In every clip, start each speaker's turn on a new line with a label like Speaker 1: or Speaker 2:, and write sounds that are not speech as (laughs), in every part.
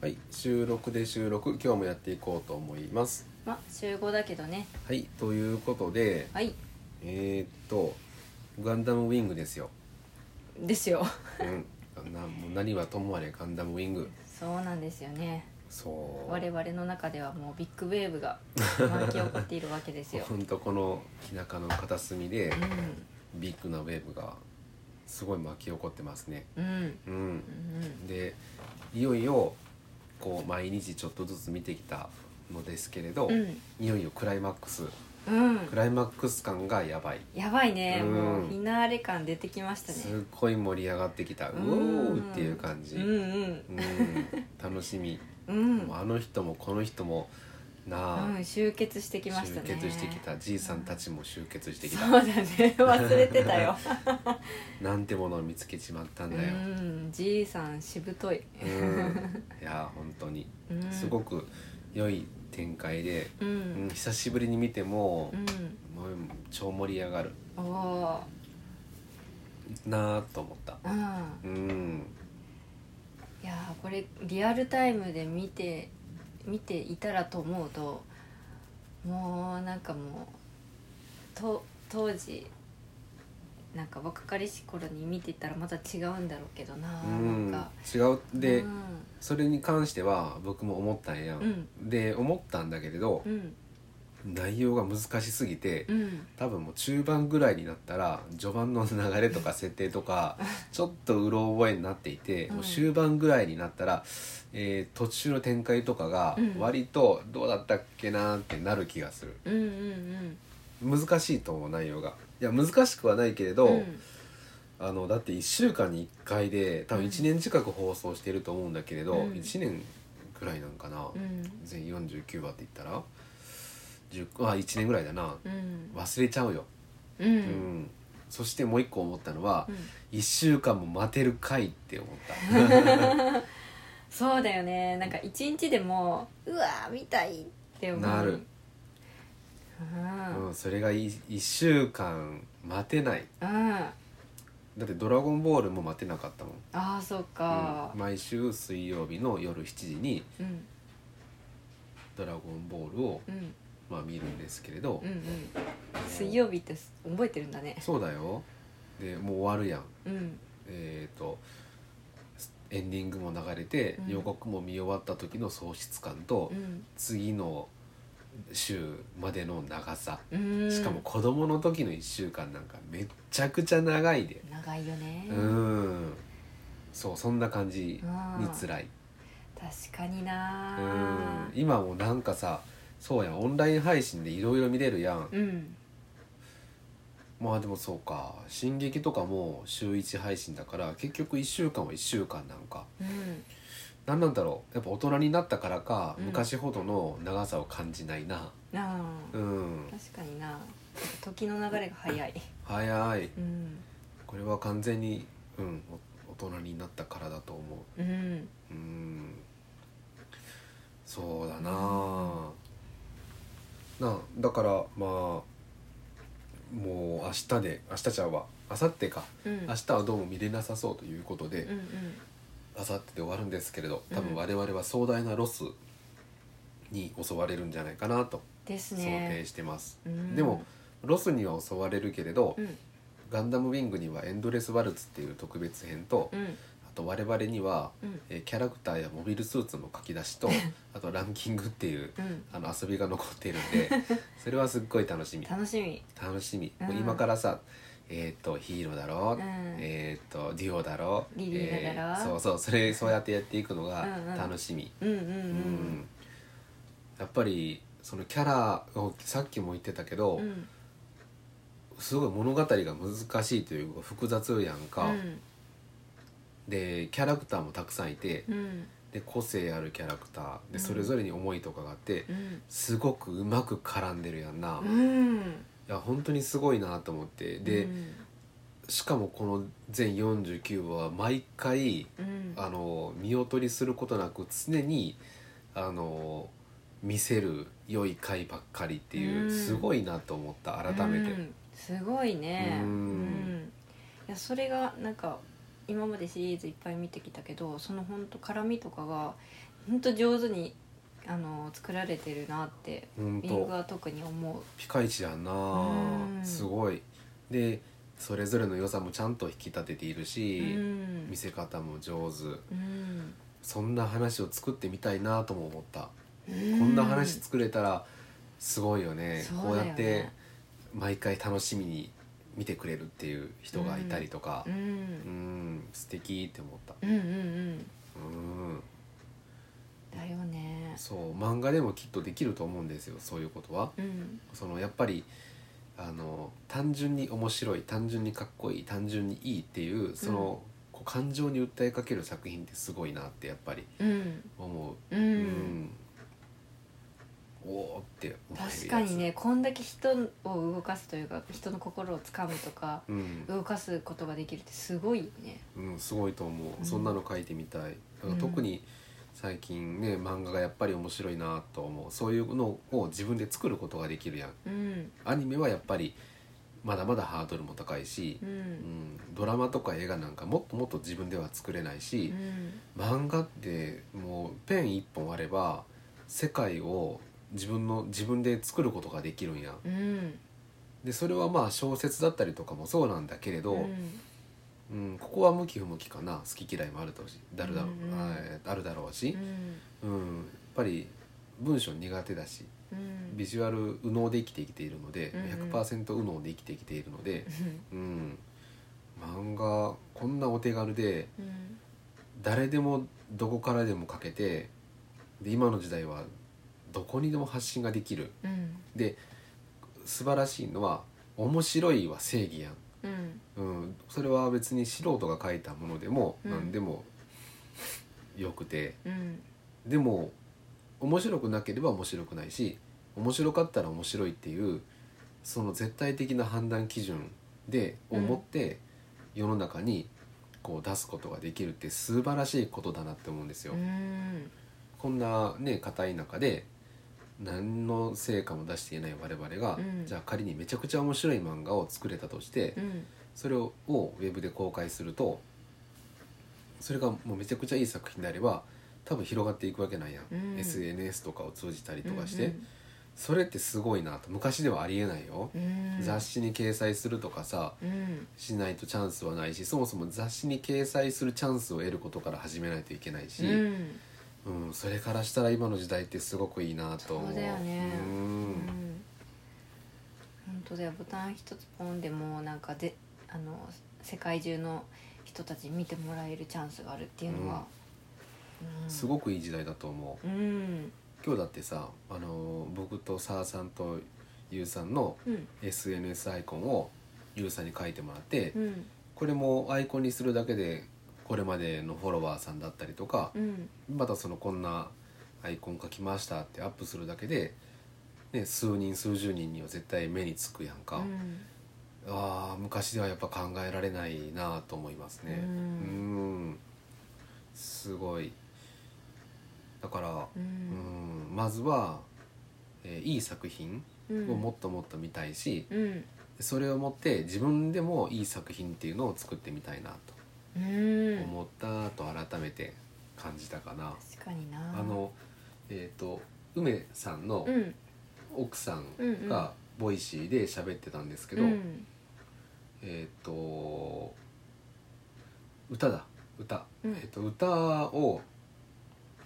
Speaker 1: はい、収録で収録今日もやっていこうと思います。
Speaker 2: まあ週5だけどね
Speaker 1: はい、ということで、
Speaker 2: はい
Speaker 1: えー、っとガンダムウィングですよ。
Speaker 2: ですよ
Speaker 1: うん、なもう何はともあれガンダムウィング。
Speaker 2: そうなんですよね
Speaker 1: そう。
Speaker 2: 我々の中ではもうビッグウェーブが巻き起こっているわけで
Speaker 1: (laughs)、
Speaker 2: すよ
Speaker 1: ほんとこの日中の片隅で
Speaker 2: う
Speaker 1: ビッグなウェーブがすごい巻き起こってますね。
Speaker 2: ん、うん
Speaker 1: うん
Speaker 2: う。ん
Speaker 1: でいよいよこう毎日ちょっとずつ見てきたのですけれど、
Speaker 2: うん
Speaker 1: いよいよクライマックス
Speaker 2: うん
Speaker 1: クライマックス感がやばい
Speaker 2: やばいね、
Speaker 1: うん
Speaker 2: もうフィナーレ感出てきました
Speaker 1: す
Speaker 2: ね
Speaker 1: っごい盛り上がってきたうおーっていう感じ、
Speaker 2: うん
Speaker 1: うん楽しみ、
Speaker 2: うんうん
Speaker 1: もうあの人もこの人もなあ、
Speaker 2: うん集結してきまし
Speaker 1: 集
Speaker 2: たね
Speaker 1: 結してきたじいさんたちも集結してき
Speaker 2: そう
Speaker 1: た
Speaker 2: だね (laughs) 忘れて
Speaker 1: (laughs)
Speaker 2: たよ
Speaker 1: なんてものを見つけちまった
Speaker 2: うん
Speaker 1: だよ、
Speaker 2: んじいさんしぶとい、
Speaker 1: うんいや本当に
Speaker 2: うん、
Speaker 1: すごく良い展開で、
Speaker 2: うん
Speaker 1: うん久しぶりに見ても
Speaker 2: う、ん、
Speaker 1: もう超盛り上がる
Speaker 2: おお
Speaker 1: なあと思った
Speaker 2: ーうん
Speaker 1: うん
Speaker 2: いやーこれリアルタイムで見て見ていたらと思うともうなんかもうと当時なんか若かりし頃に見てたらまた違うんだろうけどな,、
Speaker 1: うん
Speaker 2: なんか
Speaker 1: 違うで、
Speaker 2: うん
Speaker 1: それに関しては僕も思ったんや、
Speaker 2: うん
Speaker 1: で思ったんだけれど
Speaker 2: う、ん
Speaker 1: 内容が難しすぎて、
Speaker 2: うん
Speaker 1: 多分もう中盤ぐらいになったら序盤の流れとか設定と
Speaker 2: (laughs)
Speaker 1: かちょっとうろ覚えになっていて、
Speaker 2: うん
Speaker 1: もう終盤ぐらいになったら、えー途中の展開とかが
Speaker 2: うん
Speaker 1: 割とどうだったっけなーってなる気がする
Speaker 2: うんうん
Speaker 1: 難しいと思う内容がいや難しくはないけれど、
Speaker 2: うん
Speaker 1: あのだって1週間に1回で多分1年近く放送してると思うんだけれど、
Speaker 2: うん
Speaker 1: 1年くらいなんかな、
Speaker 2: うん
Speaker 1: 全49話って言ったら10あ1年ぐらいだな
Speaker 2: うん
Speaker 1: 忘れちゃうよ、
Speaker 2: うんうん
Speaker 1: うんそしてもう一個思ったのは、1週間も待てるかいって思った
Speaker 2: そうだよねなんか一日でもうわー見たいって思う
Speaker 1: なる
Speaker 2: うん (laughs)
Speaker 1: うん、それが1週間待てない
Speaker 2: うん
Speaker 1: だって「ドラゴンボール」も待てなかったもん、
Speaker 2: ああそっ
Speaker 1: うん
Speaker 2: か、
Speaker 1: 毎週水曜日の夜7時に
Speaker 2: うん
Speaker 1: 「ドラゴンボールを」
Speaker 2: うん
Speaker 1: まあ、見るんですけれど、
Speaker 2: うんうん水曜日って覚えてるんだね
Speaker 1: そうだよでもう終わるやん
Speaker 2: うん
Speaker 1: えっ、とエンディングも流れて、
Speaker 2: うん
Speaker 1: 予告も見終わった時の喪失感と、
Speaker 2: うん
Speaker 1: 次の週までの長さ、
Speaker 2: うん
Speaker 1: しかも子供の時の1週間なんかめっちゃくちゃ長いで
Speaker 2: 長いよね
Speaker 1: うんそうそんな感じにつらい
Speaker 2: 確かに
Speaker 1: う
Speaker 2: なん
Speaker 1: 今もなんかさそうやんオンライン配信でいろいろ見れるやん
Speaker 2: うん
Speaker 1: まあでもそうか「進撃」とかも週1配信だから結局1週間は1週間なんか
Speaker 2: うん
Speaker 1: 何なんだろうやっぱ大人になったからか、
Speaker 2: うん
Speaker 1: 昔ほどの長さを感じないな
Speaker 2: なあ
Speaker 1: うん
Speaker 2: 確かにな時の流れが早い
Speaker 1: 早い
Speaker 2: うん
Speaker 1: これは完全にうんお大人になったからだと思う
Speaker 2: うん
Speaker 1: うんそうだなあなあだからまあもう明日で明日ちゃうわ明後日か
Speaker 2: うんうん
Speaker 1: 明日はどうも見れなさそうということで、
Speaker 2: うん
Speaker 1: 明後日で終わるんですけれど
Speaker 2: うん
Speaker 1: 多分我々は壮大なロスに襲われるんじゃないかなと
Speaker 2: です
Speaker 1: 想定
Speaker 2: ね
Speaker 1: してます、
Speaker 2: うん
Speaker 1: でもロスには襲われるけれど、
Speaker 2: うん
Speaker 1: ガンダムウィングにはエンドレスワルツっていう特別編と、
Speaker 2: うん
Speaker 1: あと我々には、
Speaker 2: うん
Speaker 1: えーキャラクターやモビルスーツの書き出しとあとランキングっていう
Speaker 2: うん
Speaker 1: あの遊びが残っているん
Speaker 2: (laughs)
Speaker 1: でそれはすっごい楽しみ
Speaker 2: 楽しみ
Speaker 1: 楽しみ、
Speaker 2: うん
Speaker 1: もう今からさえっ、とヒーローだろ、
Speaker 2: うん
Speaker 1: えっ、とデュオだろ
Speaker 2: リリーだ
Speaker 1: えー
Speaker 2: ろ
Speaker 1: そうそうそれそうやってやっていくのが
Speaker 2: うんうん
Speaker 1: 楽しみ、
Speaker 2: うんうんう
Speaker 1: うん
Speaker 2: ん
Speaker 1: やっぱりそのキャラをさっきも言ってたけど、
Speaker 2: うん
Speaker 1: すごい物語が難しいというか複雑やんか、
Speaker 2: うん
Speaker 1: でキャラクターもたくさんいて、
Speaker 2: うん
Speaker 1: で個性あるキャラクター
Speaker 2: う
Speaker 1: で
Speaker 2: ん
Speaker 1: それぞれに思いとかがあって、
Speaker 2: うん
Speaker 1: すごくうまく絡んでるやんな、
Speaker 2: う
Speaker 1: い
Speaker 2: ん
Speaker 1: や本当にすごいなと思ってで、
Speaker 2: うん
Speaker 1: しかもこの全49話は毎回
Speaker 2: うん
Speaker 1: あの見劣りすることなく常にあの見せる良い回ばっかりっていう、
Speaker 2: うん
Speaker 1: すごいなと思った改めて
Speaker 2: う、んすごいね
Speaker 1: うん
Speaker 2: うんいやそれがなんか今までシリーズいっぱい見てきたけどそのほんと辛みとかがほんと上手にあの作られてるなって
Speaker 1: ほん
Speaker 2: リング
Speaker 1: と
Speaker 2: は特に思う
Speaker 1: ピカイチやんな
Speaker 2: うん
Speaker 1: すごいでそれぞれの良さもちゃんと引き立てている
Speaker 2: う
Speaker 1: し、
Speaker 2: ん
Speaker 1: 見せ方も上手
Speaker 2: うん
Speaker 1: そんな話を作ってみたいなとも思った、
Speaker 2: うん
Speaker 1: こんな話作れたらすごいよね
Speaker 2: そうだ
Speaker 1: こ
Speaker 2: よ
Speaker 1: う
Speaker 2: ね
Speaker 1: やって毎回楽しみに見てくれるっていう人がいたりとか
Speaker 2: う、
Speaker 1: うん
Speaker 2: ん、
Speaker 1: 素敵って思った
Speaker 2: うんうんうん
Speaker 1: うん
Speaker 2: だよね
Speaker 1: そう漫画でもきっとできると思うんですよそういうことは。
Speaker 2: うん
Speaker 1: そのやっぱりあの単純に面白い単純にかっこいい単純にいいっていうその、こう感情に訴えかける作品ってすごいなってやっぱり
Speaker 2: うん
Speaker 1: 思う。
Speaker 2: う
Speaker 1: うんおおって思えるやつ
Speaker 2: 確かにねこんだけ人を動かすというか人の心をつかむとか
Speaker 1: うん、
Speaker 2: 動かすことができるってすごいよね
Speaker 1: うん、すごいと思う、
Speaker 2: うん
Speaker 1: そんなの書いてみたいだから特に最近ね漫画がやっぱり面白いなと思うそういうのを自分で作ることができるやん
Speaker 2: うん
Speaker 1: アニメはやっぱりまだまだハードルも高いし
Speaker 2: う、
Speaker 1: うんん、ドラマとか映画なんかもっともっと自分では作れないし、漫画ってもうペン一本あれば世界を自分の自分で作ることができるんやん
Speaker 2: うんうん
Speaker 1: でそれはまあ小説だったりとかもそうなんだけれど、
Speaker 2: うん
Speaker 1: うん、ここは向き不向きかな好き嫌いもあるとしだるだろう、
Speaker 2: うんうん
Speaker 1: はいあるだろう
Speaker 2: う
Speaker 1: し、
Speaker 2: ん
Speaker 1: うんやっぱり文章苦手だし
Speaker 2: うん
Speaker 1: ビジュアル右脳で生きてきているので、
Speaker 2: うんうん
Speaker 1: 100%右脳で生きてきているので、うん、漫画こんなお手軽で
Speaker 2: うん
Speaker 1: 誰でもどこからでも書けてで今の時代はどこにでも発信ができる
Speaker 2: うん
Speaker 1: で素晴らしいのは面白いは正義やん
Speaker 2: うん
Speaker 1: うん、それは別に素人が書いたものでも
Speaker 2: うん
Speaker 1: 何でもよくて、
Speaker 2: うん
Speaker 1: でも面白くなければ面白くないし面白かったら面白いっていうその絶対的な判断基準でを持って世の中にこう出すことができるって素晴らしいことだなって思うんですよ。
Speaker 2: うん
Speaker 1: こんなね硬い中で何の成果も出していない我々が、
Speaker 2: うん
Speaker 1: じゃあ仮にめちゃくちゃ面白い漫画を作れたとして、
Speaker 2: うん
Speaker 1: それををウェブで公開するとそれがもうめちゃくちゃいい作品であれば多分広がっていくわけなんや、
Speaker 2: うん
Speaker 1: SNS とかを通じたりとかして、それってすごいなと昔ではありえないよ、
Speaker 2: うん
Speaker 1: 雑誌に掲載するとかさ
Speaker 2: うん
Speaker 1: しないとチャンスはないしそもそも雑誌に掲載するチャンスを得ることから始めないといけないし、
Speaker 2: う
Speaker 1: うん
Speaker 2: ん
Speaker 1: それからしたら今の時代ってすごくいいなと思う。
Speaker 2: そうだよね
Speaker 1: うん
Speaker 2: うん本当だよボタン一つポンでもうなんかであの世界中の人たちに見てもらえるチャンスがあるっていうのは、うん
Speaker 1: すごくいい時代だと思う。
Speaker 2: うん
Speaker 1: 今日だってさあのー僕とさあさんとゆうさんの
Speaker 2: うん
Speaker 1: SNS アイコンをゆうさんに書いてもらって、
Speaker 2: うん
Speaker 1: これもアイコンにするだけでこれまでのフォロワーさんだったりとか
Speaker 2: う、ん
Speaker 1: またそのこんなアイコン書きましたってアップするだけで、ね、数人数十人には絶対目につくやんか、
Speaker 2: うん
Speaker 1: あー昔ではやっぱ考えられないなと思いますね。
Speaker 2: う
Speaker 1: うんんすごいだから
Speaker 2: う
Speaker 1: うんまずは、えーいい作品
Speaker 2: ん
Speaker 1: をもっともっと見たいし、
Speaker 2: うん
Speaker 1: それを持って自分でもいい作品っていうのを作ってみたいな
Speaker 2: うん
Speaker 1: と思ったと改めて感じたかな。
Speaker 2: 確かにな
Speaker 1: あのえー、と梅さんの
Speaker 2: うん
Speaker 1: 奥さん
Speaker 2: うんうん
Speaker 1: がボイシーで喋ってたんですけど、
Speaker 2: うん
Speaker 1: えっ、と歌だ歌、
Speaker 2: うん
Speaker 1: えー、と歌を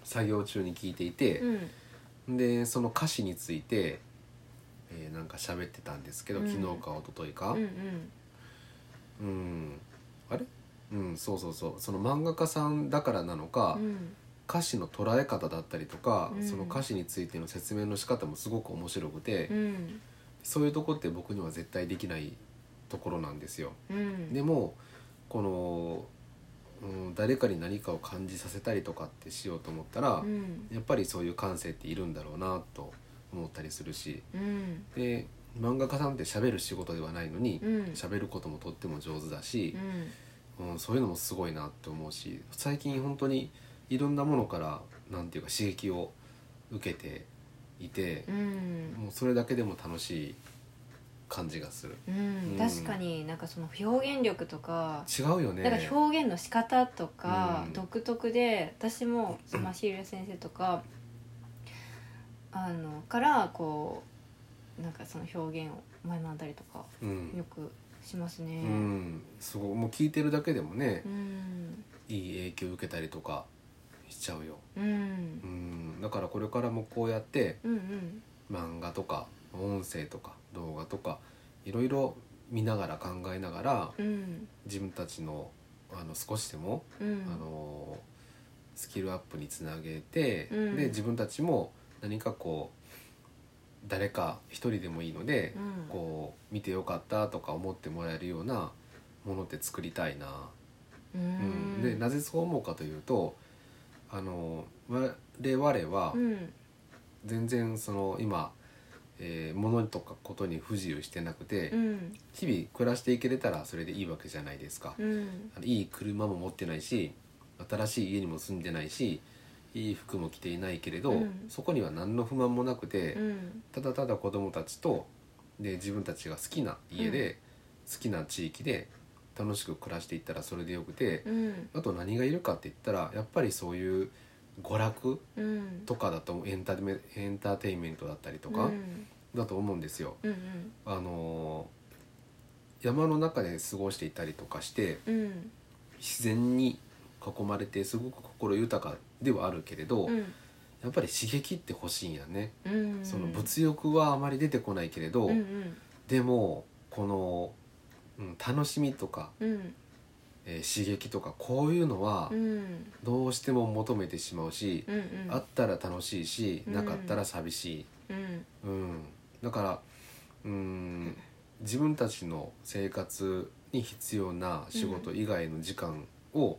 Speaker 1: 作業中に聞いていて、
Speaker 2: うん
Speaker 1: でその歌詞について、えーなんか喋ってたんですけど、
Speaker 2: うん
Speaker 1: 昨日か一昨日か
Speaker 2: うんうん
Speaker 1: うん、あれうんそうそうそうその漫画家さんだからなのか、
Speaker 2: うん
Speaker 1: 歌詞の捉え方だったりとか、
Speaker 2: うん
Speaker 1: その歌詞についての説明の仕方もすごく面白くて、
Speaker 2: うん
Speaker 1: そういうとこって僕には絶対できないところなんですよ。
Speaker 2: うん
Speaker 1: でもこの、うん、誰かに何かを感じさせたりとかってしようと思ったら、
Speaker 2: うん
Speaker 1: やっぱりそういう感性っているんだろうなと思ったりするし。
Speaker 2: うん
Speaker 1: で漫画家さんって喋る仕事ではないのに
Speaker 2: うん
Speaker 1: 喋、ることもとっても上手だし
Speaker 2: う、ん
Speaker 1: うんそういうのもすごいなって思うし最近本当にいろんなものからなんていうか刺激を受けていて
Speaker 2: う、ん
Speaker 1: もうそれだけでも楽しい感じがする
Speaker 2: うん、
Speaker 1: うん
Speaker 2: 確かになんかその表現力とか、
Speaker 1: 違うよね
Speaker 2: なんか表現の仕方とか
Speaker 1: うん
Speaker 2: 独特で、私もそのマシーリア先生とかあのからこうなんかその表現を学んだりとか
Speaker 1: うん
Speaker 2: よくします
Speaker 1: う
Speaker 2: ね。
Speaker 1: んすごいもう聞いてるだけでもね
Speaker 2: うん、
Speaker 1: いい影響受けたりとかしちゃうよ
Speaker 2: うん、うん
Speaker 1: うんだからこれからもこうやって
Speaker 2: うん
Speaker 1: 漫画とか音声とか動画とかいろいろ見ながら考えながら
Speaker 2: うん
Speaker 1: 自分たちのあの少しでも、
Speaker 2: うん
Speaker 1: あのスキルアップにつなげて、
Speaker 2: うん
Speaker 1: で自分たちも何かこう誰か一人でもいいので、
Speaker 2: うん
Speaker 1: こう見てよかったとか思ってもらえるようなものって作りたいな。
Speaker 2: う
Speaker 1: うん
Speaker 2: ん
Speaker 1: でなぜそう思うかというとあの我々は
Speaker 2: うん
Speaker 1: 全然その今、えー物とかことに不自由してなくて、
Speaker 2: うん
Speaker 1: 日々暮らしていけれたらそれでいいわけじゃないですか。
Speaker 2: うん
Speaker 1: あのいい車も持ってないし新しい家にも住んでないしいい服も着ていないけれど、
Speaker 2: うん
Speaker 1: そこには何の不満もなくて、
Speaker 2: うん
Speaker 1: ただただ子供たちとで自分たちが好きな家で、好きな地域で楽しく暮らしていったらそれでよくて、
Speaker 2: うん
Speaker 1: あと何がいるかって言ったらやっぱりそういう娯楽
Speaker 2: うん
Speaker 1: とかだとエンタメエンターテインメントだったりとか
Speaker 2: うん
Speaker 1: だと思うんですよ。
Speaker 2: うん
Speaker 1: あのー山の中で過ごしていたりとかして、
Speaker 2: うん
Speaker 1: 自然に囲まれてすごく心豊かではあるけれど、
Speaker 2: うん
Speaker 1: やっぱり刺激って欲しいんやね、
Speaker 2: うん
Speaker 1: その物欲はあまり出てこないけれど、
Speaker 2: うん
Speaker 1: でもこの、うん、楽しみとか、
Speaker 2: うんうん
Speaker 1: えー刺激とかこういうのは
Speaker 2: うん
Speaker 1: どうしても求めてしまうし、
Speaker 2: うんうん
Speaker 1: あったら楽しいし
Speaker 2: うん
Speaker 1: なかったら寂しい、
Speaker 2: うん
Speaker 1: うん、だからうん自分たちの生活に必要な仕事以外の時間を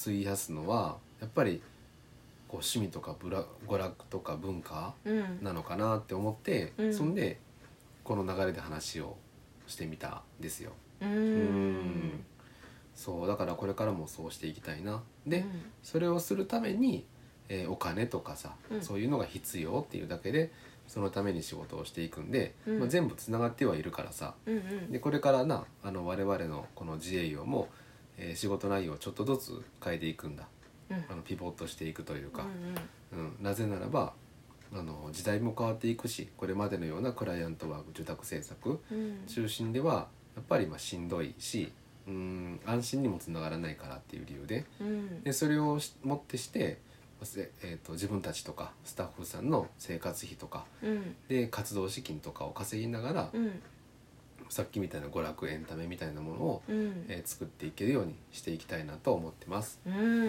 Speaker 1: 費やすのはやっぱりこう趣味とかブラ娯楽とか文化
Speaker 2: うん
Speaker 1: なのかなって思って、
Speaker 2: うん
Speaker 1: そんでこの流れで話をしてみたんですよ。
Speaker 2: う
Speaker 1: うん
Speaker 2: ん
Speaker 1: そうだからこれからもそうしていきたいな。で、
Speaker 2: うん
Speaker 1: それをするために、えーお金とかさ、
Speaker 2: うん
Speaker 1: そういうのが必要っていうだけでそのために仕事をしていくんで、
Speaker 2: うん
Speaker 1: まあ、全部つながってはいるからさ
Speaker 2: うんうん
Speaker 1: でこれからなあの我々のこの自営業も、えー仕事内容をちょっとずつ変えていくんだ
Speaker 2: うん
Speaker 1: あのピボットしていくというか、
Speaker 2: うん
Speaker 1: うんなぜならばあの時代も変わっていくしこれまでのようなクライアントワーク受託制作
Speaker 2: うん
Speaker 1: 中心ではやっぱりまあしんどいしうん安心にもつながらないからっていう理由で。
Speaker 2: うん
Speaker 1: でそれをし持ってして、せえー、と自分たちとかスタッフさんの生活費とか
Speaker 2: うん
Speaker 1: で活動資金とかを稼ぎながら、
Speaker 2: うん
Speaker 1: さっきみたいな娯楽エンタメみたいなものを、
Speaker 2: うん
Speaker 1: えー作っていけるようにしていきたいなと思ってます。
Speaker 2: うん
Speaker 1: うん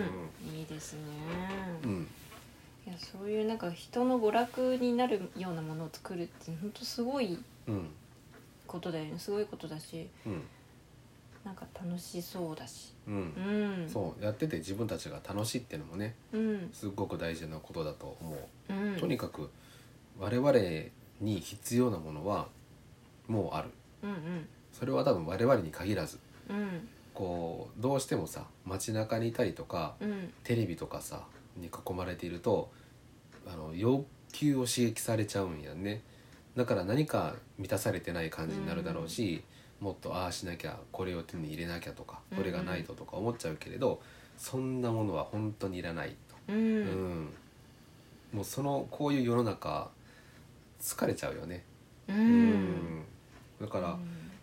Speaker 2: いいですね
Speaker 1: うん、
Speaker 2: いやそういうなんか人の娯楽になるようなものを作るって本当すごい
Speaker 1: うん、
Speaker 2: ことだよねすごいことだし
Speaker 1: うん、
Speaker 2: なんか楽しそうだし
Speaker 1: う、
Speaker 2: うんん
Speaker 1: そうやってて自分たちが楽しいってのもね
Speaker 2: うん
Speaker 1: すごく大事なことだと思う。
Speaker 2: うん
Speaker 1: とにかく我々に必要なものはもうある。
Speaker 2: うんうん
Speaker 1: それは多分我々に限らず
Speaker 2: うん
Speaker 1: こうどうしてもさ街中にいたりとか
Speaker 2: うん
Speaker 1: テレビとかさに囲まれているとあの要求を刺激されちゃうんやねだから何か満たされてない感じになるだろうし、もっとああしなきゃこれを手に入れなきゃとかこれがないととか思っちゃうけれど、そんなものは本当にいらないと、う
Speaker 2: う
Speaker 1: ん
Speaker 2: ん
Speaker 1: もうそのこういう世の中疲れちゃうよね、
Speaker 2: う
Speaker 1: うんだから、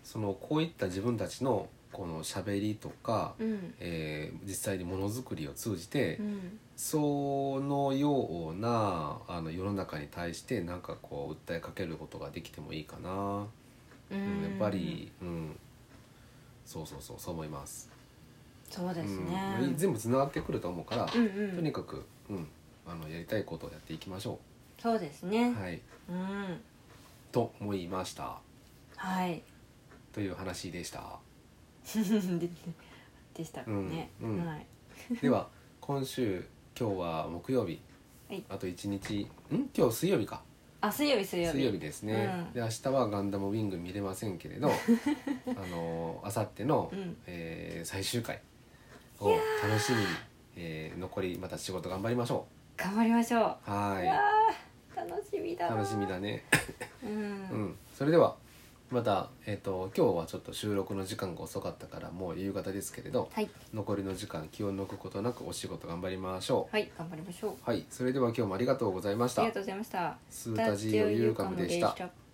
Speaker 1: そのこういった自分たちのこの喋りとか、
Speaker 2: うん
Speaker 1: えー実際にものづくりを通じて、
Speaker 2: うん
Speaker 1: そのようなあの世の中に対してなんかこう訴えかけることができてもいいかな、
Speaker 2: う
Speaker 1: うん
Speaker 2: ん
Speaker 1: やっぱり、うん、そうそうそうそう思います
Speaker 2: そうですね
Speaker 1: うん、全部つながってくると思うから、
Speaker 2: うん
Speaker 1: と
Speaker 2: う
Speaker 1: に
Speaker 2: ん
Speaker 1: かく、うん、あのやりたいことをやっていきましょ
Speaker 2: そうです
Speaker 1: う、
Speaker 2: ね
Speaker 1: はい、
Speaker 2: うん
Speaker 1: と思いました
Speaker 2: はい (laughs)
Speaker 1: という話でした
Speaker 2: ででしたね
Speaker 1: うんうん
Speaker 2: はい
Speaker 1: では今週今日は木曜日、
Speaker 2: はい
Speaker 1: あと一日ん今日水曜日か
Speaker 2: あ水曜日水曜日
Speaker 1: 水曜日ですね、
Speaker 2: うん
Speaker 1: で明日はガンダムウィング見れませんけ
Speaker 2: (laughs)
Speaker 1: れどあの明後日の、
Speaker 2: うん
Speaker 1: えー最終回を楽しみに、えー残りまた仕事頑張りましょ
Speaker 2: 頑張りましょう
Speaker 1: うはー
Speaker 2: い
Speaker 1: い
Speaker 2: やー楽しみだな
Speaker 1: 楽しみだね
Speaker 2: う
Speaker 1: うんんそれではまた、えっと今日はちょっと収録の時間が遅かったからもう夕方ですけれど
Speaker 2: はい
Speaker 1: 残りの時間気を抜くことなくお仕事頑張りましょ
Speaker 2: はい頑張りましょう
Speaker 1: うはいそれでは今日もありがとうございました
Speaker 2: ありがとうございました
Speaker 1: スータジオユーカムでした
Speaker 2: スタジオユーカムでした